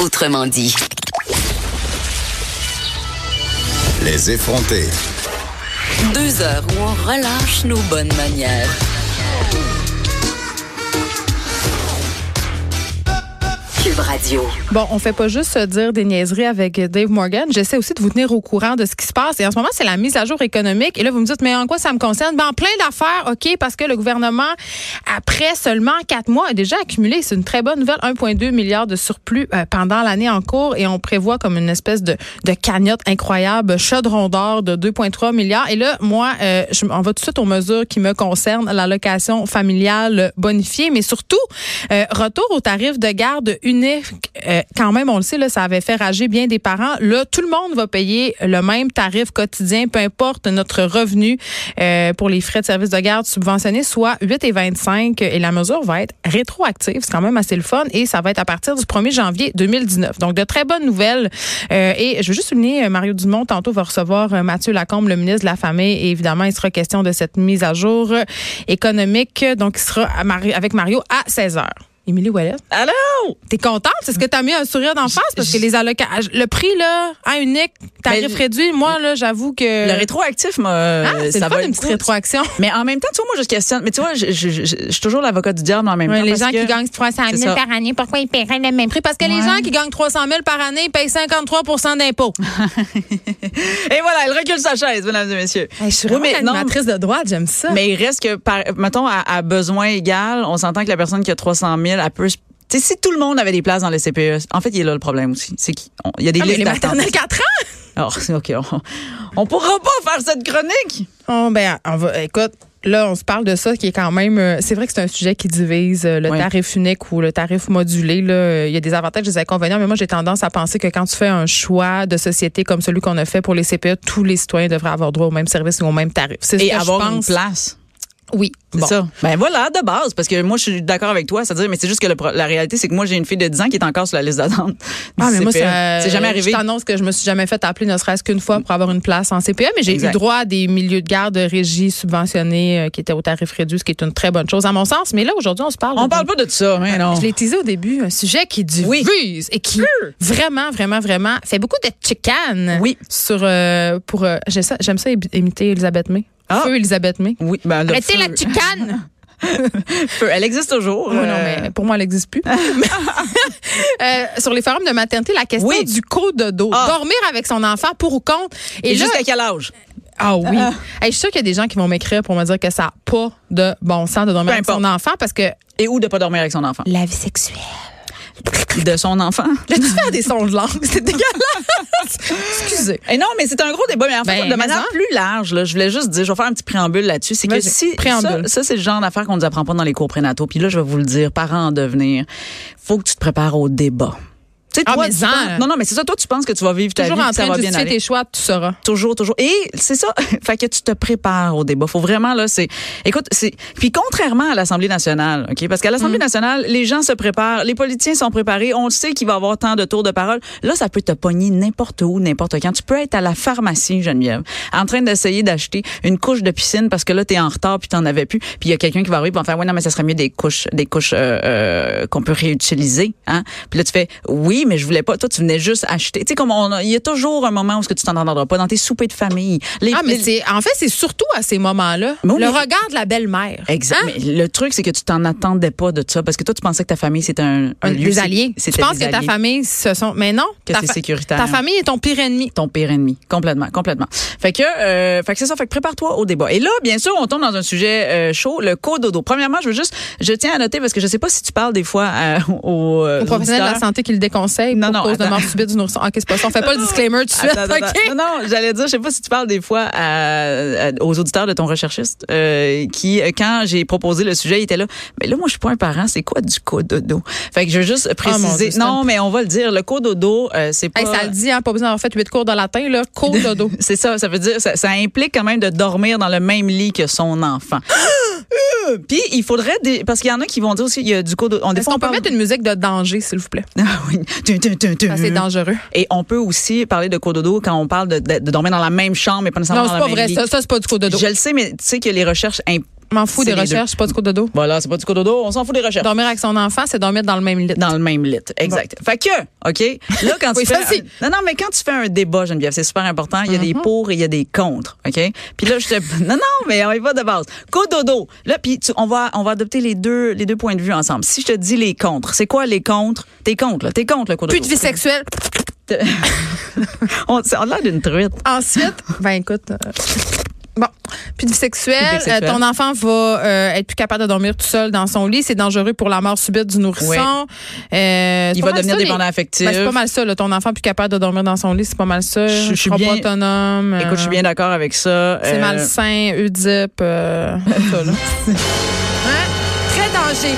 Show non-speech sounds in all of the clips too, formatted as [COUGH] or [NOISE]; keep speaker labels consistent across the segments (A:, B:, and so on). A: autrement dit.
B: Les effronter.
A: Deux heures où on relâche nos bonnes manières. Cube Radio.
C: Bon, on fait pas juste se dire des niaiseries avec Dave Morgan. J'essaie aussi de vous tenir au courant de ce qui se passe. Et en ce moment, c'est la mise à jour économique. Et là, vous me dites, mais en quoi ça me concerne? Ben, en plein d'affaires, OK, parce que le gouvernement, après seulement quatre mois, a déjà accumulé, c'est une très bonne nouvelle, 1,2 milliard de surplus euh, pendant l'année en cours. Et on prévoit comme une espèce de, de cagnotte incroyable, chaudron d'or de 2,3 milliards. Et là, moi, euh, je, on va tout de suite aux mesures qui me concernent, l'allocation familiale bonifiée, mais surtout, euh, retour au tarif de garde unique. Euh, quand même, on le sait, là, ça avait fait rager bien des parents. Là, tout le monde va payer le même tarif quotidien, peu importe notre revenu euh, pour les frais de service de garde subventionnés, soit 8 et 25. Et la mesure va être rétroactive. C'est quand même assez le fun. Et ça va être à partir du 1er janvier 2019. Donc, de très bonnes nouvelles. Euh, et je veux juste souligner, euh, Mario Dumont, tantôt, va recevoir euh, Mathieu Lacombe, le ministre de la Famille. Et évidemment, il sera question de cette mise à jour euh, économique. Donc, il sera à Mari- avec Mario à 16 heures. Émilie Wallet.
D: Allô?
C: T'es contente? C'est ce que t'as mis un sourire d'en face? Parce que les allocations, le prix, là, à unique, tarif
D: Ben,
C: réduit, moi, là, j'avoue que.
D: Le rétroactif, moi,
C: Euh,
D: euh,
C: Ah, c'est
D: ça
C: le
D: va
C: fun,
D: être
C: une petite
D: cool.
C: rétroaction.
D: Mais en même temps, tu vois, moi, je questionne. Mais tu vois, je, je- je- je- je suis toujours l'avocat du diable en [LAUGHS] même
C: Ouais,
D: temps.
C: les
D: parce
C: gens
D: que-
C: qui gagnent 300
D: C'est
C: 000
D: ça.
C: par année, pourquoi ils paieraient le même prix? Parce que les gens qui gagnent 300 000 par année payent 53 d'impôts.
D: Et voilà, elle recule sa chaise, mesdames et messieurs.
C: Hey, je suis
D: Oui,
C: vraiment
D: mais non,
C: animatrice de droite, j'aime ça.
D: Mais il reste que, par, mettons, à, à besoin égal, on s'entend que la personne qui a 300 000, elle peut. se- Tu sais, si tout le monde avait des places dans les CPE, en fait, il est là le problème aussi. C'est qu'il on- il y a des
C: Ah, mais
D: listes
C: les
D: d'attente. [LAUGHS]
C: maternelles 4 ans?
D: Alors, c'est OK, on, on pourra pas faire cette chronique.
C: Oh, ben, on va, écoute, là, on se parle de ça qui est quand même. euh, c'est vrai que c'est un sujet qui divise euh, le
D: Oui.
C: tarif unique ou le tarif modulé. Là, euh, il y a des avantages, des inconvénients, mais moi, j'ai tendance à penser que quand tu fais un choix de société comme celui qu'on a fait pour les CPE, tous les citoyens devraient avoir droit au même service ou au même tarif. C'est ce
D: Et
C: que
D: avoir
C: je pense.
D: une place.
C: Oui,
D: C'est
C: Bon.
D: ça. Ben voilà, de base, parce que moi, je suis d'accord avec toi, c'est-à-dire, mais c'est juste que le pro- la réalité, c'est que moi, j'ai une fille de 10 ans qui est encore sur la liste d'attente.
C: Ah,
D: du
C: mais moi,
D: CPE.
C: ça-
D: E. C'est jamais arrivé.
C: Je t'annonce que je me suis jamais fait appeler, ne serait-ce qu'une fois, pour avoir une place en CPE, mais j'ai eu
D: Exact.
C: droit à des milieux de garde régie subventionnés euh, qui étaient au tarif réduit, ce qui est une très bonne chose, à mon sens. Mais là, aujourd'hui, on se parle.
D: On
C: de-
D: parle pas de ça, mais non.
C: Je l'ai teasé au début, un sujet qui divise
D: Oui.
C: et qui vraiment, vraiment, vraiment fait beaucoup de chicanes.
D: Oui.
C: Sur, euh, pour, euh, j'ai ça- j'aime ça imi- imiter Elisabeth May.
D: Ah.
C: Feu Elisabeth May.
D: Oui, ben, le
C: Arrêtez
D: feu-
C: la chicane!
D: [LAUGHS] feu, Elle existe toujours.
C: Oui, non,
D: euh,
C: mais pour moi, elle n'existe
D: [LAUGHS]
C: plus. Euh, sur les forums de maternité, la question
D: Oui.
C: du co-dodo.
D: Ah.
C: Dormir avec son enfant pour ou contre. Et,
D: Et
C: là,
D: jusqu'à quel âge?
C: ah oui. Hey, je suis sûre qu'il y a des gens qui vont m'écrire pour me dire que ça n'a pas de bon sens de dormir
D: Peu
C: avec son enfant parce que
D: Et où de pas dormir avec son enfant?
C: la vie sexuelle.
D: De son enfant?
C: J'ai dû faire des sons de langue. C'est dégueulasse. Excusez.
D: Et non, mais c'est un gros débat, mais en fait,
C: Ben,
D: de
C: mais
D: manière
C: non.
D: plus large, là, je voulais juste dire, je vais faire un petit préambule là-dessus. C'est que
C: Vas-y,
D: si.
C: préambule.
D: Ça, ça, c'est le genre d'affaires qu'on ne nous apprend pas dans les cours prénataux. Puis là, je vais vous le dire, parents en devenir, faut que tu te prépares au débat. Tu sais,
C: Ah,
D: toi,
C: mais
D: tu
C: ça.
D: penses- non, non, mais c'est ça. Toi, tu penses que tu vas vivre ta
C: Toujours
D: vie,
C: en
D: que ça
C: train
D: va
C: de
D: bien
C: justifier
D: aller.
C: tes choix, tu sauras.
D: Toujours, toujours. Et c'est ça. [LAUGHS] fait que tu te prépares au débat. Faut vraiment, là, c'est. Écoute, c'est. Puis contrairement à l'Assemblée nationale, OK? Parce qu'à l'Assemblée nationale, les gens se préparent, les politiciens sont préparés, on sait qu'il va y avoir tant de tours de parole. Là, ça peut te pogner n'importe où, n'importe quand. Tu peux être à la pharmacie, Geneviève, en train d'essayer d'acheter une couche de piscine parce que là, t'es en retard puis t'en avais plus. Puis il y a quelqu'un qui va arriver et va faire, ouais, non, mais ça serait mieux des couches, des couches, euh, euh, qu'on peut réutiliser, hein? Puis là, tu fais, oui, mais je voulais pas. Toi, tu venais juste acheter. Tu sais, comme on a- il y a toujours un moment où ce que tu t'en entendras pas dans tes soupers de famille. Les-
C: Ah, mais
D: les-
C: c'est, en fait, c'est surtout à ces moments-là.
D: Mais oui,
C: le
D: mais-
C: regard de la belle-mère.
D: Exact.
C: Hein?
D: Mais le truc, c'est que tu t'en attendais pas de ça parce que toi, tu pensais que ta famille, c'était un, un
C: Un-
D: lieu.
C: des
D: c'est-
C: alliés. Tu
D: c'était
C: penses
D: des
C: que ta
D: alliés.
C: famille, ce sont. Mais non.
D: Que
C: ta
D: c'est
C: fa-
D: sécuritaire.
C: Ta famille est ton pire ennemi.
D: ton pire ennemi. Complètement, complètement. Fait que, euh, fait que c'est ça. Fait que prépare-toi au débat. Et là, bien sûr, on tombe dans un sujet euh, chaud, le cododo. Premièrement, je veux juste, je tiens à noter parce que je sais pas si tu parles des fois à- aux, euh,
C: Aux professionnels de la
D: auditeurs.
C: santé qui le déconseillent
D: Non,
C: pour
D: non,
C: cause de
D: attends.
C: mort subite du nourrisson. OK, c'est pas ça. On fait pas le disclaimer tout de suite.
D: Attends,
C: [LAUGHS]
D: attends,
C: OK?
D: attends. Non, non, j'allais dire, je sais pas si tu parles des fois à- à- aux auditeurs de ton recherchiste euh, qui, euh, quand j'ai proposé le sujet, il était là. Mais là, moi, je suis pas un parent. C'est quoi du cododo Fait que je veux juste
C: Oh mon Dieu,
D: préciser.
C: c'est
D: non, mais on va le dire. Le cododo, euh, c'est pas.
C: Hey, ça le dit, hein, pas besoin d'avoir fait huit cours dans le latin, là. Cours de dos.
D: c'est ça, ça veut dire, ça, ça implique quand même de dormir dans le même lit que
C: [GASPS]
D: son enfant. Euh, Puis il faudrait, des- parce qu'il y en a qui vont dire aussi, il y a du cododo. On, des
C: Est-ce
D: fois,
C: qu'on peut
D: on parle-
C: mettre une musique de danger, s'il vous plaît?
D: [LAUGHS] Ah oui. Tum, tum, tum, tum.
C: Ça, c'est dangereux.
D: Et on peut aussi parler de cododo quand on parle de, de- de dormir dans la même chambre, mais pas nécessairement
C: Non,
D: dans
C: c'est
D: le
C: pas vrai.
D: même lit.
C: Ça, ça c'est pas du cours de dos.
D: Je le sais, mais tu sais que les recherches imp-
C: M'en fous
D: C'est
C: des
D: les deux.
C: recherches, pas du coup de dos.
D: Voilà, c'est pas du cododo, on s'en fout des recherches.
C: Dormir avec son enfant, c'est dormir dans le même lit.
D: dans le même lit, exact. Fait que, OK, là
C: [LAUGHS]
D: quand
C: Oui,
D: tu fais
C: vas-y.
D: un- Non non, mais quand tu fais un débat Geneviève, c'est super important, il y a
C: Mm-hmm.
D: des pour et il y a des contre, OK Puis là je te [LAUGHS] Non non, mais on y va de base. Cododo. Là puis tu- on va on va adopter les deux les deux points de vue ensemble. Si je te dis les contre, c'est quoi les contre T'es contre là, t'es contre le cododo.
C: Plus de vie sexuelle.
D: on on a l'air d'une truite. [LAUGHS]
C: Ensuite, ben écoute. euh, Bon, plus de vie sexuelle,
D: Plus de vie sexuelle.
C: euh, ton enfant va euh, être plus capable de dormir tout seul dans son lit, c'est dangereux pour la mort subite du nourrisson.
D: Oui.
C: Euh, c'est
D: Il
C: pas
D: va
C: mal
D: devenir
C: ça, les-
D: dépendant affectif.
C: Ben, c'est pas mal ça, là, ton enfant plus capable de dormir dans son lit, c'est pas mal ça.
D: Je- je suis
C: sera
D: bien-
C: pas autonome. euh,
D: Écoute, je suis bien d'accord avec ça.
C: C'est
D: Euh,
C: malsain, Oedipe, euh,
D: [LAUGHS]
C: ça, là. Hein? Très danger.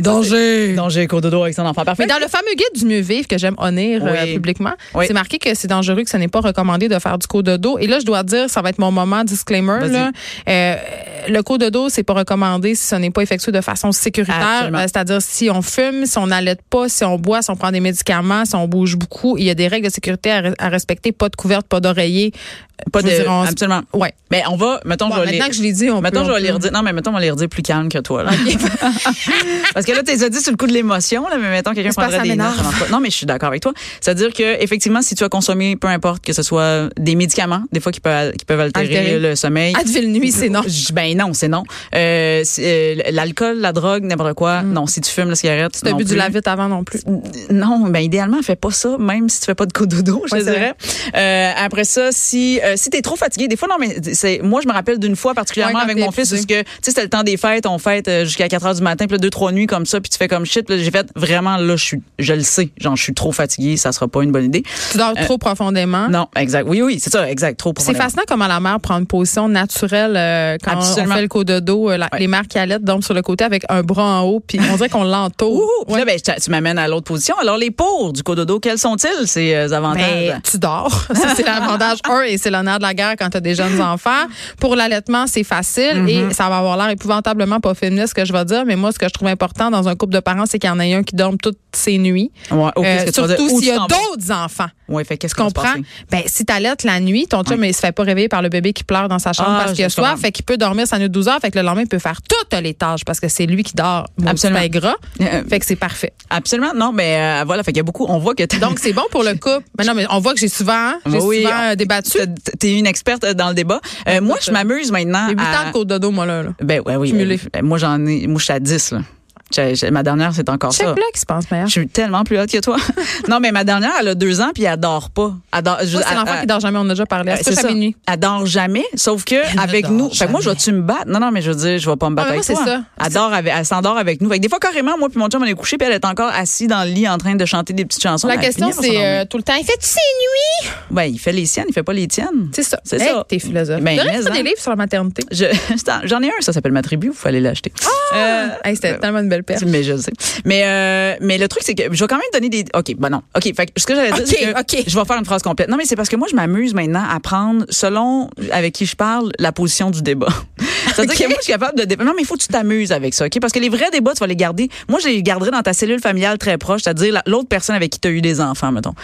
C: Danger.
D: Danger cododo avec son enfant. Parfait.
C: Mais dans le fameux guide du mieux vivre que j'aime honnir euh,
D: Oui.
C: publiquement,
D: Oui.
C: c'est marqué que c'est dangereux, que ce n'est pas recommandé de faire du coup de dos. Et là, je dois dire, ça va être mon moment disclaimer.
D: Vas-y.
C: Là. Euh, le coup de dos, c'est pas recommandé si ce n'est pas effectué de façon sécuritaire.
D: Absolument.
C: Euh, C'est-à-dire si on fume, si on n'allait pas, si on boit, si on prend des médicaments, si on bouge beaucoup. Il y a des règles de sécurité à, re- à respecter. Pas de couverte, pas d'oreiller.
D: pas
C: je veux
D: de
C: dire, on-
D: absolument.
C: Ouais.
D: Mais on va mettons
C: Bon,
D: je vais
C: maintenant
D: les-
C: que je l'ai dit, on
D: Mettons,
C: peut-
D: je vais
C: on
D: les redire. Non, mais mettons, on va les redire plus calme que toi. Là. [LAUGHS] Parce que là, tu les as dit sur le coup de l'émotion, là, mais mettons, quelqu'un
C: C'est parce
D: prendrait
C: que ça
D: des notes.
C: m'énerve.
D: avant toi. Non, mais je suis d'accord avec toi. C'est-à-dire que effectivement, si tu as consommé, peu importe que ce soit des médicaments, des fois qui peuvent, qui peuvent altérer,
C: Altérer.
D: le sommeil.
C: [LAUGHS] Advil nuit, c'est non.
D: Je- Ben non, c'est non. Euh, c'est- euh, L'alcool, la drogue, n'importe quoi.
C: Mm.
D: Non, si tu fumes la cigarette,
C: T'as
D: non
C: bu du
D: plus.
C: lavite avant non plus.
D: Non, ben idéalement, fais pas ça, même si tu fais pas de cododo, je
C: Ouais,
D: te
C: c'est
D: dirais. Euh, après ça, si euh, si t'es trop fatigué, des fois non, mais c'est moi je me rappelle d'une fois particulièrement
C: Ouais, quand
D: avec
C: t'es
D: mon fils,
C: épuisé.
D: parce que tu sais c'était le temps des fêtes, on fête euh, jusqu'à 4 heures du matin, puis là, deux trois nuits comme ça, puis tu fais comme shit, puis là, j'ai fait vraiment là je suis, je le sais, genre je suis trop fatigué, ça sera pas une bonne idée.
C: Tu dors trop profondément.
D: Non, exact, oui oui, c'est ça, exact, trop.
C: Hein? C'est
D: profondément.
C: fascinant comment la mère prend une position naturelle euh, quand
D: Absolument.
C: on fait le coup de dos. euh, la-
D: Ouais.
C: Les mères qui allaitent dorment sur le côté avec un bras en haut, puis on dirait qu'on l'entoure.
D: Ouh, puis là, ben, je t'a- tu m'amènes à l'autre position. Alors, les pour du cododo, quels sont-ils, ces euh, avantages?
C: Ben, tu dors. [LAUGHS] Ça, c'est l'avantage un et c'est l'honneur de la guerre quand tu as des jeunes enfants. Pour l'allaitement, c'est facile
D: Mm-hmm.
C: et ça va avoir l'air épouvantablement pas féministe ce que je vais dire, mais moi, ce que je trouve important dans un couple de parents, c'est qu'il y en ait un qui dorme toutes ses nuits.
D: Ouais, au
C: Euh,
D: plus que tu vas dire,
C: surtout
D: où
C: s'il y
D: tu
C: a
D: t'en vas.
C: d'autres enfants.
D: Ouais, fait qu'est-ce
C: Tu
D: qu'on se
C: comprends?
D: passe?
C: Ben, si t'allaites la nuit, ton chum, il se fait pas réveiller par le bébé qui pleure dans sa chambre
D: Ah,
C: parce qu'il a
D: je comprends.
C: soif. Fait qu'il peut dormir sa nuit de 12 heures. Fait que le lendemain, il peut faire toutes les tâches parce que c'est lui qui dort. Mon
D: Absolument.
C: petit gras.
D: Euh,
C: Fait que c'est parfait.
D: Absolument, non, mais euh, voilà, fait qu'il y a beaucoup, on voit que t'as-
C: Donc, c'est bon pour le couple. Mais non, mais on voit que j'ai souvent, hein, j'ai
D: [LAUGHS] Oui,
C: souvent
D: on-
C: euh, débattu.
D: t'as- t'es une experte dans le débat. Euh, moi, je m'amuse maintenant
C: J'ai 8
D: à...
C: ans de côte de dos, moi, là. là.
D: ben, ouais, oui,
C: cumulé.
D: euh, moi, j'en ai, moi, je suis à 10, là. J'ai- j'ai- ma dernière, c'est encore ça.
C: Check-le qui se pense meilleur.
D: Je suis tellement plus haute
C: [LAUGHS]
D: que toi. non, mais ma dernière, elle a deux ans, puis elle dort pas. Elle dort,
C: Moi, c'est l'enfant qui dort jamais. On en a déjà
D: Ah,
C: parlé. Elle se touche à minuit.
D: Elle dort jamais, sauf que
C: ne
D: avec
C: dort
D: nous. Fait que moi, je
C: jamais.
D: vais-tu me battre? Non, non, mais je veux dire, je vais pas me battre
C: Ah, mais
D: avec
C: moi,
D: toi.
C: c'est ça.
D: Elle dort avec, elle s'endort avec nous. Fait que des fois, carrément, moi puis mon chum, on est couché puis elle est encore assise dans le lit en train de chanter des petites chansons. Ben,
C: La
D: Elle
C: question,
D: finit par s'endormir.
C: c'est euh, tout le temps. Il fait-tu ses nuits?
D: Ouais, Ben, il fait les siennes, il fait pas les tiennes.
C: C'est ça.
D: C'est
C: Hey,
D: ça.
C: T'es philosophe.
D: Ben,
C: Devrais-tu
D: mais,
C: faire
D: hein.
C: des livres sur la maternité?
D: Je- [LAUGHS] attends, J'en ai un, ça s'appelle Ma tribu, vous faut aller l'acheter.
C: Ah!
D: Euh,
C: Hey, C'était tellement une belle perte.
D: mais je le sais. Mais euh, mais le truc c'est que je vais quand même donner des OK, bah non. OK, fait que ce que j'allais dire
C: OK,
D: c'est que
C: OK.
D: je vais faire une phrase complète. Non mais c'est parce que moi je m'amuse maintenant à prendre selon avec qui je parle la position du débat. [LAUGHS] C'est-à-dire
C: OK.
D: que moi je suis capable de dé- Non mais il faut que tu t'amuses avec ça, OK Parce que les vrais débats tu vas les garder. Moi je les garderai dans ta cellule familiale très proche, c'est-à-dire la- l'autre personne avec qui tu as eu des enfants mettons.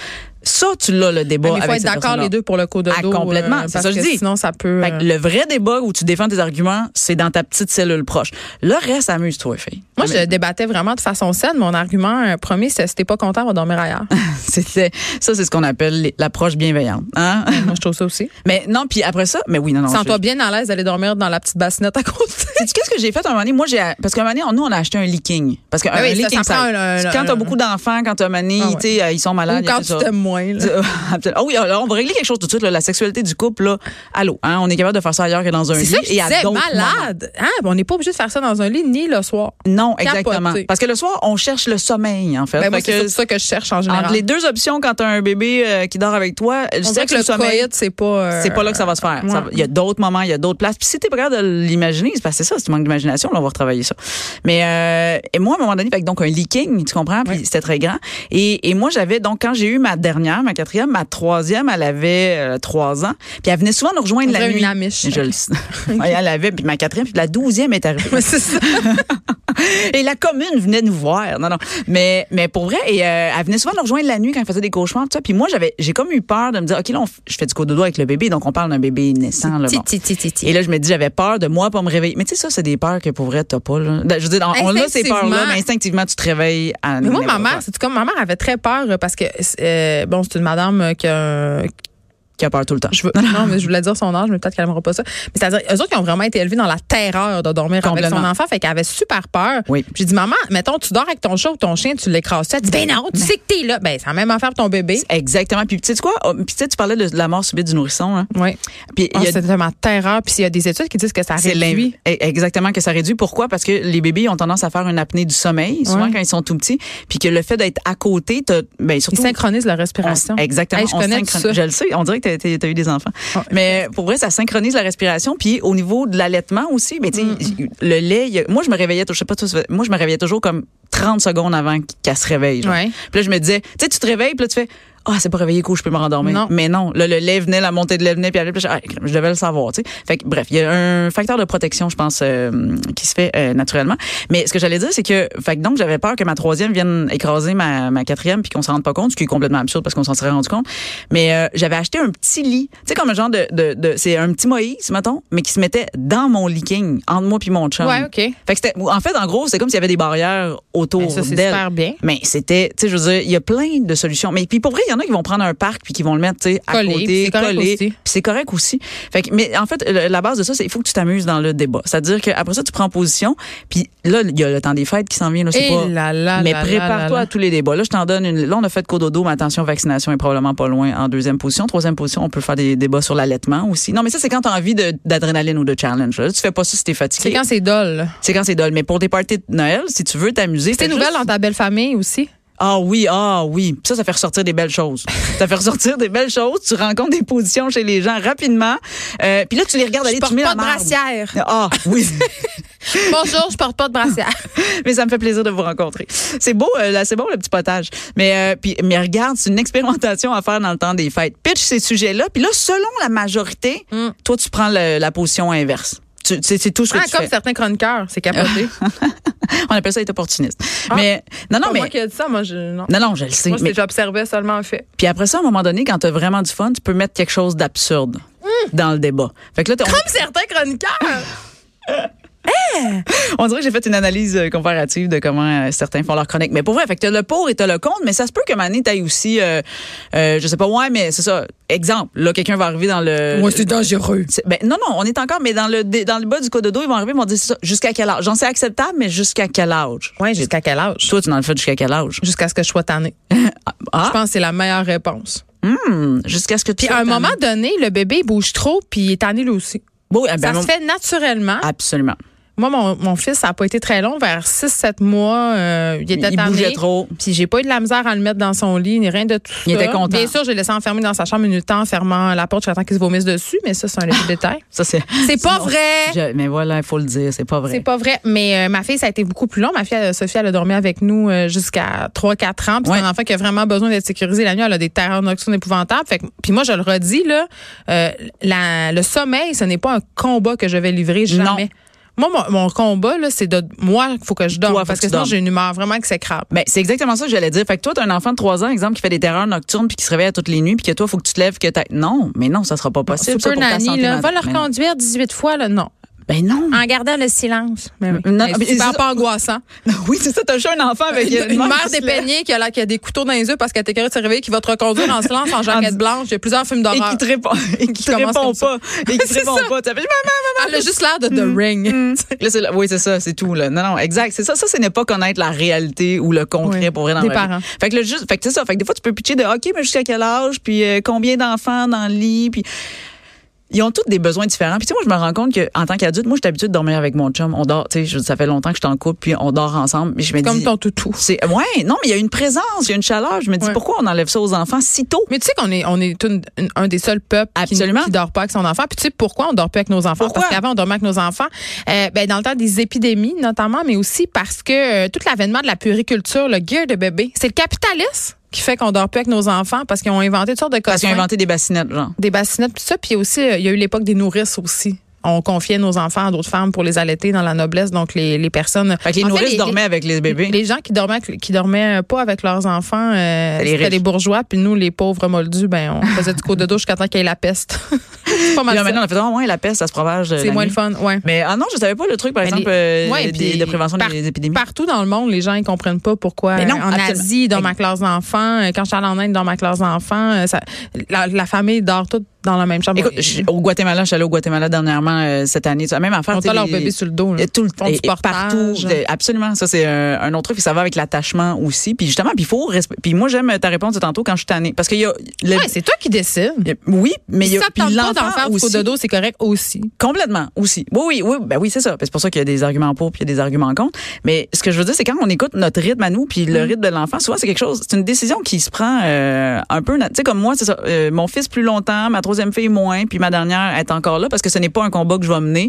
D: Ça tu l'as le débat
C: Mais il faut
D: avec
C: être
D: cette
C: d'accord
D: personne-là.
C: les deux pour le coup de
D: Ah,
C: dos.
D: complètement,
C: euh,
D: c'est
C: parce
D: ça que je dis.
C: Sinon, ça peut.
D: Fait que
C: euh,
D: le vrai débat où tu défends tes arguments, c'est dans ta petite cellule proche. Le reste, amuse-toi, fille.
C: Moi, je le débattais vraiment de façon saine. Mon argument euh, premier, c'est si t'es pas content, on va dormir [LAUGHS] ailleurs.
D: [LAUGHS] C'était ça, c'est ce qu'on appelle les- l'approche bienveillante. Hein?
C: Moi, je trouve ça aussi.
D: [LAUGHS] mais non, puis après ça, mais oui, non, non.
C: Sens-toi
D: [LAUGHS] je-
C: bien à l'aise d'aller dormir dans la petite bassinette à
D: [LAUGHS]
C: côté.
D: Sais-tu qu'est-ce que j'ai fait à un moment donné? Moi, j'ai, parce qu'à un moment donné, nous, on a acheté un leaking. Parce qu'un
C: Ah oui, ça, ça
D: leaking,
C: prend un- un-
D: quand
C: un-
D: t'as beaucoup d'enfants, quand t'as un moment donné,
C: Ah ouais.
D: tu sais, euh, ils sont malades.
C: Ou quand
D: il
C: tu
D: y a tout ça.
C: t'aimes moins. là.
D: [LAUGHS] Absolument. Ah oui, alors on va régler quelque chose tout de suite. là. La sexualité du couple, là, allô, hein, on est capable de faire ça ailleurs que dans un
C: C'est
D: lit
C: ça que je
D: et à
C: disais,
D: d'autres moments.
C: malade. Hein? On n'est pas obligé de faire ça dans un lit ni le soir.
D: Non,
C: Capoté.
D: exactement. Parce que le soir, on cherche le sommeil, en fait.
C: Ben, moi,
D: Fait que
C: c'est surtout ça que je cherche en général.
D: Entre les deux options, quand t'as un bébé euh, qui dort avec toi, je
C: On
D: sais
C: dirait que le
D: sommeil,
C: coït, c'est pas. euh,
D: c'est pas là que ça va se faire. Ça va- Il y a d'autres moments, il y a d'autres places. Puis si t'es pas capable de l'imaginer, c'est parce que c'est ça, si tu manques d'imagination, là, on va retravailler ça. Mais euh, et moi, à un moment donné, fait que donc un leaking, tu comprends, puis c'était très grand. Et, et moi, j'avais donc quand j'ai eu ma dernière, ma quatrième, ma troisième, elle avait euh, trois ans. Puis elle venait souvent nous rejoindre
C: On
D: la
C: dirait
D: nuit.
C: une Amish.
D: Je
C: [LAUGHS]
D: le sais. Ouais, elle avait, puis ma quatrième, puis la douzième est arrivée.
C: Mais [LAUGHS] c'est ça.
D: Et la commune venait nous voir. Non, non. Mais, mais pour vrai, et, euh, elle venait souvent nous rejoindre la nuit quand elle faisait des cauchemars. Tout ça. Puis moi, j'avais, j'ai comme eu peur de me dire, OK, là, on f- je fais du cododo avec le bébé, donc on parle d'un bébé naissant. Là,
C: Ti,
D: bon.
C: ti, ti, ti, ti.
D: Et là, je me dis, j'avais peur de moi pas me réveiller. Mais tu sais, ça, c'est des peurs que pour vrai, t'as pas. Là. Ben, Je veux dire, on, on a ces
C: Instinctivement.
D: peurs-là, mais instinctivement, tu te réveilles à
C: Mais moi, ma
D: n'importe quoi.
C: mère, c'est comme ma mère avait très peur euh, parce que euh, bon, c'est une madame euh, qui a un-
D: Qui a peur tout le temps.
C: je veux non, mais je voulais dire son âge, mais peut-être qu'elle aimera pas ça. Mais c'est-à-dire eux autres qui ont vraiment été élevés dans la terreur de dormir avec son
D: Complètement.
C: enfant, fait qu'elle avait super peur.
D: Oui.
C: J'ai dit maman, mettons tu dors avec ton chat ou ton chien, tu l'écrases, tu dit ben non, tu sais que t'es là, ben c'est la même affaire pour ton bébé.
D: Exactement. Puis tu sais quoi? Oh, Puis tu sais, tu parlais de la mort subite du nourrisson. Hein?
C: Oui.
D: Puis il
C: Ah,
D: y a
C: c'est vraiment terreur. Puis il y a des études qui disent que ça
D: C'est
C: réduit.
D: l'in- e- Exactement, que ça réduit. Pourquoi? Parce que les bébés ils ont tendance à faire une apnée du sommeil, souvent
C: Ouais.
D: quand ils sont tout petits, puis que le fait d'être à côté, t'as- ben,
C: Ils
D: surtout...
C: synchronisent leur
D: on-
C: respiration.
D: exactement.
C: Hey, je
D: on
C: connais
D: synchrone-
C: tout
D: Je
C: ça.
D: le sais, on dirait que t'as- t'as as eu des enfants.
C: Ouais.
D: Mais pour vrai, ça synchronise la respiration. Puis au niveau de l'allaitement aussi, mais tu sais,
C: Mm.
D: le lait, il y a- moi je me réveillais, je sais pas, toi, moi je me réveillais toujours comme 30 secondes avant qu'elle se réveille. genre.
C: Ouais.
D: Puis là je me disais, tu sais, tu te réveilles, puis là tu fais, ah c'est pas réveillé, cool, je peux me rendormir.
C: Non.
D: Mais non, là, le lait venait, la montée de lait venait, puis elle- puis je, ah, je devais le savoir, tu sais. Fait que, bref, il y a un facteur de protection, je pense, euh, qui se fait euh, naturellement. Mais ce que j'allais dire, c'est que, fait que donc, j'avais peur que ma troisième vienne écraser ma, ma quatrième, puis qu'on s'en rende pas compte, ce qui est complètement absurde parce qu'on s'en serait rendu compte. Mais euh, j'avais acheté un petit lit, tu sais, comme un genre de, de, de- c'est un petit Moïse, mettons, mais qui se mettait dans mon lit king, entre moi puis mon chum.
C: Ouais, ok.
D: Fait que c'était, en fait, en gros, c'est comme s'il y avait des barrières
C: Ben,
D: autour
C: ça, c'est
D: d'elle.
C: super bien.
D: Mais c'était, tu sais, je veux dire, il y a plein de solutions. Mais puis pour vrai, il y en a qui vont prendre un parc puis qui vont le mettre, tu sais, à
C: Collé, puis
D: côté,
C: c'est correct
D: collé.
C: aussi.
D: Puis c'est correct aussi. Fait que, mais en fait, le- la base de ça, c'est il faut que tu t'amuses dans le débat. C'est-à-dire qu'après ça, tu prends position. Puis là, il y a le temps des fêtes qui s'en vient. Là, c'est
C: Eh
D: pas,
C: là là
D: mais
C: là là là
D: prépare-toi
C: là.
D: à tous les débats. Là, je t'en donne une. Là, on a fait cododo, mais attention, vaccination est probablement pas loin en deuxième position. Troisième position, on peut faire des débats sur l'allaitement aussi. Non, mais ça, c'est quand t'as envie de- d'adrénaline ou de challenge. Là. Tu fais pas ça si t'es fatigué.
C: C'est quand c'est dole.
D: C'est quand c'est dole. Mais pour des parties de Noël, si tu veux t'amuser,
C: Tes
D: fais
C: nouvelles
D: juste-
C: dans ta belle famille aussi.
D: ah oui, ah oui. Ça, ça fait ressortir des
C: [LAUGHS]
D: belles choses. ça fait ressortir des belles choses. Tu rencontres des positions chez les gens rapidement. Euh, Puis là, tu les regardes aller
C: Je porte
D: tu mets
C: pas
D: la
C: de
D: marde.
C: brassière.
D: Ah oui,
C: [LAUGHS]
D: [LAUGHS]
C: Bonjour, je porte pas de brassière. [LAUGHS]
D: mais ça me fait plaisir de vous rencontrer. C'est beau, euh, là, c'est beau le petit potage. Mais euh, puis, mais regarde, c'est une expérimentation à faire dans le temps des fêtes. Pitch ces sujets-là, puis là, selon la majorité, toi, tu prends le- la position inverse. Tu- C'est c'est tout ce que
C: Hmm. Ah,
D: tu
C: comme
D: fais.
C: certains chroniqueurs, c'est [LAUGHS] capoté.
D: On appelle ça être opportuniste. Mais non, non,
C: Ah. Pas Moi
D: mais
C: qui ai dit ça, moi, je. Non.
D: non, non, je le sais.
C: Moi, c'est-
D: mais-
C: j'observais seulement en fait.
D: Puis après ça, à un moment donné, quand t'as vraiment du fun, tu peux mettre quelque chose d'absurde dans le débat. Fait que là, t'as-
C: Comme certains chroniqueurs.
D: on, on dirait que j'ai fait une analyse euh, comparative de comment euh, certains font leur chronique. Mais pour vrai, fait que t'as le pour et t'as le contre, mais ça se peut que Mané t'aille aussi, euh, euh, je sais pas, ouais, mais c'est ça. Exemple, là, quelqu'un va arriver dans le...
C: dangereux.
D: C'est- Ben, non, non, on est encore, mais dans le dé- dans le bas du code de dos, ils vont arriver, ils vont dire c'est ça, jusqu'à quel âge. J'en sais acceptable, mais jusqu'à quel âge?
C: Oui, jusqu'à quel âge?
D: Toi, tu n'en le fais jusqu'à quel âge?
C: Jusqu'à ce que je sois tannée. Je
D: Ah,
C: pense que c'est la meilleure réponse.
D: hmm, jusqu'à ce que tu...
C: Puis à un
D: sois-
C: moment donné, le bébé il bouge trop, puis il est tanné lui aussi.
D: Bon, eh ben,
C: Ça
D: mon-
C: se fait hein? naturellement.
D: Absolument.
C: Moi, mon, mon fils, ça n'a pas été très long, vers 6-7 mois. euh, il était
D: Il
C: tanné.
D: bougeait trop.
C: Puis j'ai pas eu de la misère à le mettre dans son lit, ni rien de tout
D: Il
C: ça.
D: était content.
C: Bien sûr, j'ai laissé enfermer dans sa chambre une temps en fermant la porte. J'attends qu'il se vomisse dessus, mais ça, c'est un léger détail.
D: Ça, c'est...
C: Ah. C'est pas
D: Sinon,
C: vrai!
D: Je- mais voilà, il faut le dire, c'est pas vrai.
C: C'est pas vrai, mais euh, ma fille, ça a été beaucoup plus long. Ma fille, elle, Sophie, elle a dormi avec nous euh, jusqu'à 3-4 ans. Puis c'est
D: Ouais.
C: un enfant qui a vraiment besoin d'être sécurisé la nuit. Elle a des terreurs nocturnes épouvantables. Fait que- puis moi, je le redis, là, euh, la- le sommeil, ce n'est pas un combat que je vais livrer jamais. Moi, mon, mon combat, là, c'est de moi, il faut que je dorme.
D: Toi, faut
C: parce que
D: que tu
C: sinon,
D: dormes.
C: j'ai une humeur vraiment s'écrase.
D: Ben, c'est exactement ça que j'allais dire. Fait que toi, t'as un enfant de 3 ans, exemple, qui fait des terreurs nocturnes puis qui se réveille à toutes les nuits puis que toi, faut que tu te lèves que t'as. Non, mais non, ça sera pas possible. ça,
C: Super
D: pour ta
C: nanny,
D: santé
C: là, va
D: mentale.
C: leur
D: Mais non.
C: conduire 18 fois, là, non.
D: Ben non.
C: En gardant le silence. Mais Hmm. Ben oui.
D: Non,
C: Mais c'est
D: mais c'est
C: super
D: ça.
C: pas angoissant.
D: [LAUGHS] Oui, c'est ça. T'as juste un enfant avec
C: Ah. Une, une mère
D: qui se lève.
C: dépeignée qui a, l'air- qui a des couteaux dans les yeux parce qu'elle était curieuse de se réveiller, qui va te reconduire en silence, en
D: [LAUGHS]
C: jaquette blanche. Il y a plusieurs films
D: Et
C: d'horreur.
D: qui te répond, et qui te
C: commence
D: répond
C: comme ça.
D: pas. Et qui
C: [LAUGHS]
D: te
C: C'est
D: répond
C: ça.
D: pas. Tu fais, maman,
C: Elle a juste l'air de
D: Mm.
C: The Ring.
D: [LAUGHS] Là, c'est là- oui, c'est ça, c'est tout. Là. Non, non, exact. C'est ça. Ça, c'est ne pas connaître la réalité ou le concret
C: Oui,
D: pour vrai dans
C: des
D: la vie.
C: parents.
D: Fait que là, juste, fait que c'est ça. Fait que des fois, tu peux pitcher de OK, mais jusqu'à quel âge, puis euh, combien d'enfants dans le lit, puis. Ils ont tous des besoins différents. Puis tu sais, moi, je me rends compte que en tant qu'adulte, moi, j'ai l'habitude de dormir avec mon chum. On dort, tu sais, je- ça fait longtemps que je suis en couple, puis on dort ensemble. Puis je me
C: C'est comme
D: dis,
C: ton toutou.
D: c'est ouais, non, mais il y a une présence, il y a une chaleur. Je me dis,
C: Ouais.
D: pourquoi on enlève ça aux enfants si tôt
C: Mais tu sais qu'on est, on est une- une- un des seuls peuples qui-
D: Absolument.
C: qui ne dort pas avec son enfant. Puis tu sais pourquoi on dort pas avec nos enfants?
D: Pourquoi?
C: Parce qu'avant, on dormait avec nos enfants euh, ben, dans le temps des épidémies notamment, mais aussi parce que euh, tout l'avènement de la puériculture, le gear de bébé, c'est le capitaliste qui fait qu'on dort plus avec nos enfants parce qu'ils ont inventé toutes sortes de
D: Parce qu'ils ont
C: cossins.
D: inventé des bassinettes, genre.
C: des bassinettes, tout ça. Puis aussi, euh, il y a eu l'époque des nourrices aussi. On confiait nos enfants à d'autres femmes pour les allaiter dans la noblesse. Donc, les, les personnes.
D: Fait que les
C: En fait,
D: nourrices
C: les-
D: dormaient avec les
C: les-
D: bébés.
C: Les gens qui dormaient, avec- qui dormaient euh, pas avec leurs enfants, euh,
D: C'était les
C: c'était
D: riches.
C: les bourgeois, puis nous, les pauvres moldus, ben, on faisait du coup de douche jusqu'à temps qu'il y ait la peste. [LAUGHS] c'est pas
D: Puis
C: mal.
D: là,
C: ça.
D: maintenant, on a fait, ah, ouais, la peste, ça se propage. euh,
C: C'est
D: la
C: moins
D: nuit.
C: le fun, ouais.
D: Mais, ah non, je savais pas le truc, par
C: Mais Ben, les-
D: exemple, euh,
C: Ouais,
D: des-
C: puis
D: de prévention
C: par-
D: des épidémies.
C: Partout dans le monde, les gens ils comprennent pas pourquoi.
D: Mais non,
C: euh, en
D: absolument.
C: Asie, dans
D: Ex-
C: ma classe d'enfants, euh, quand je suis allée en Inde, dans ma classe d'enfants, euh, ça- la, la famille dort toute dans la même chambre.
D: Écoute, je suis au Guatemala, je suis allée au Guatemala dernièrement euh, cette année. Tu vois, même affaire.
C: Ils ont
D: tu sais,
C: leur
D: les-
C: bébé sur le dos. là.
D: Et tout le
C: Ils font du
D: et- et
C: portage.
D: partout de- absolument ça c'est un, un autre truc puis ça va avec l'attachement aussi puis justement puis il faut respe- puis moi j'aime ta réponse de tantôt quand je suis tannée parce qu'il y a le-
C: Ouais, c'est toi qui décides.
D: il y a- oui mais il y
C: si
D: a
C: ça te
D: puis
C: tente pas d'en
D: l'enfant
C: faire du
D: aussi.
C: faux dodo, c'est correct aussi.
D: Complètement aussi. Oui, oui, oui, ben oui, c'est ça. C'est pour ça qu'il y a des arguments pour puis il y a des arguments contre. Mais ce que je veux dire, c'est quand on écoute notre rythme à nous puis
C: Mm.
D: le rythme de l'enfant, souvent c'est quelque chose, c'est une décision qui se prend euh, un peu, na- tu sais comme moi, c'est ça. euh, mon fils plus longtemps, ma troisième fille moins, puis ma dernière est encore là parce que ce n'est pas un combat que je vais mener,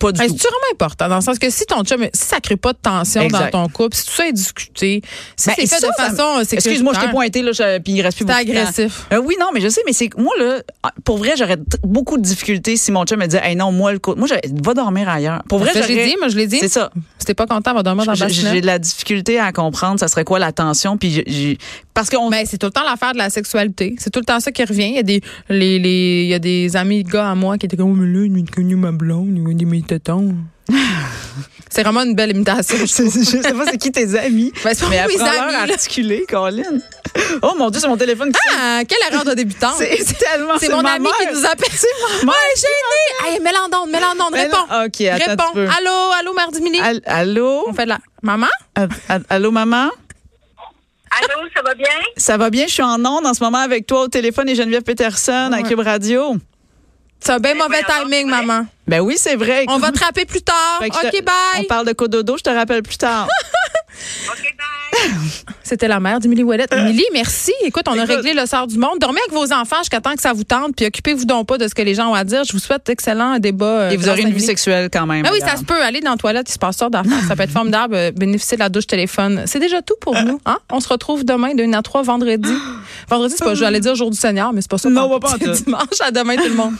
D: pas du
C: Ouais,
D: tout.
C: c'est vraiment important dans le sens que si ton chum, si ça crée pas de tension
D: Exact.
C: dans ton couple, si tout ça est discuté, si
D: Ben,
C: c'est fait
D: ça,
C: de
D: ça me-
C: façon, c'est
D: Excuse-moi, je t'ai pointé là, je- puis il reste plus
C: C'était
D: beaucoup de temps.
C: agressif.
D: Euh, oui, non, mais je sais, mais c'est que moi, là, pour vrai, j'aurais t- beaucoup de difficultés si mon chum me disait, hey, non, moi, le coup, moi, je- va dormir ailleurs. Pour vrai,
C: Ça, je l'ai
D: j'aurais-
C: dit, moi je l'ai dit.
D: C'est ça.
C: Si t'es pas content, on va dormir dans la
D: J'ai- J'ai
C: bassinette.
D: de la difficulté à comprendre, ça serait quoi la tension, puis j'ai- j'ai- parce qu'on
C: Mais Ben, c'est tout le temps l'affaire de la sexualité. C'est tout le temps ça qui revient. Il y a des, les, les, il y a des amis de gars à moi qui étaient comme, oh, mais là, il a connu ma blonde, il a dit mes
D: [LAUGHS]
C: tétons. c'est vraiment une belle imitation.
D: [LAUGHS] je sais pas c'est qui tes Bah, amis,
C: Ben, c'est pas
D: mais
C: mes
D: apprends-leur à
C: amis, là.
D: articuler, Colin. Oh mon Dieu, c'est mon téléphone qui sonne.
C: Ah, quelle erreur de débutant.
D: C'est c'est tellement
C: C'est mon
D: ma
C: ami
D: mère.
C: qui nous appelle.
D: C'est ma mère.
C: Hey, mets-la en onde, mets-la en onde,
D: Mais
C: réponds.
D: non, OK, attends un petit
C: Réponds.
D: peu.
C: Allô, allô, mardi mini.
D: All- Allô?
C: On fait de la. Maman?
D: Ah, ah, Allô, maman?
E: Allô, ça va bien?
D: Ça va bien? Je suis en onde en ce moment avec toi au téléphone et Geneviève Peterson à Cube Radio.
C: C'est un bien mauvais
E: voyons donc,
C: timing,
E: c'est vrai.
C: maman.
D: Ben oui, c'est vrai.
C: On va te rappeler plus tard.
D: Fait que je te-
C: OK,
D: On
C: bye.
D: parle de Cododo, je te rappelle plus tard.
E: OK, bye.
C: C'était la mère d'Émilie Ouellet. Émilie, merci. Écoute, on a
D: Euh. Écoute.
C: réglé le sort du monde. Dormez avec vos enfants jusqu'à temps que ça vous tente, puis occupez-vous donc pas de ce que les gens ont à dire. Je vous souhaite excellent débat. euh,
D: Et vous
C: grâce
D: aurez
C: à
D: une vie
C: Émilie.
D: sexuelle quand même.
C: Ah oui, ça
D: regarde.
C: se peut. Aller dans la toilette, il se passe sorte d'affaires. Ça peut être formidable. Euh, Bénéficier de la douche téléphone. C'est déjà tout pour nous. Hein? On se retrouve demain de 1 à 3, vendredi. Vendredi, c'est pas, j'allais dire jour du Seigneur, mais c'est pas ça.
D: Non,
C: tantôt.
D: pas en
C: [LAUGHS]
D: tout.
C: C'est dimanche. À demain, tout le monde.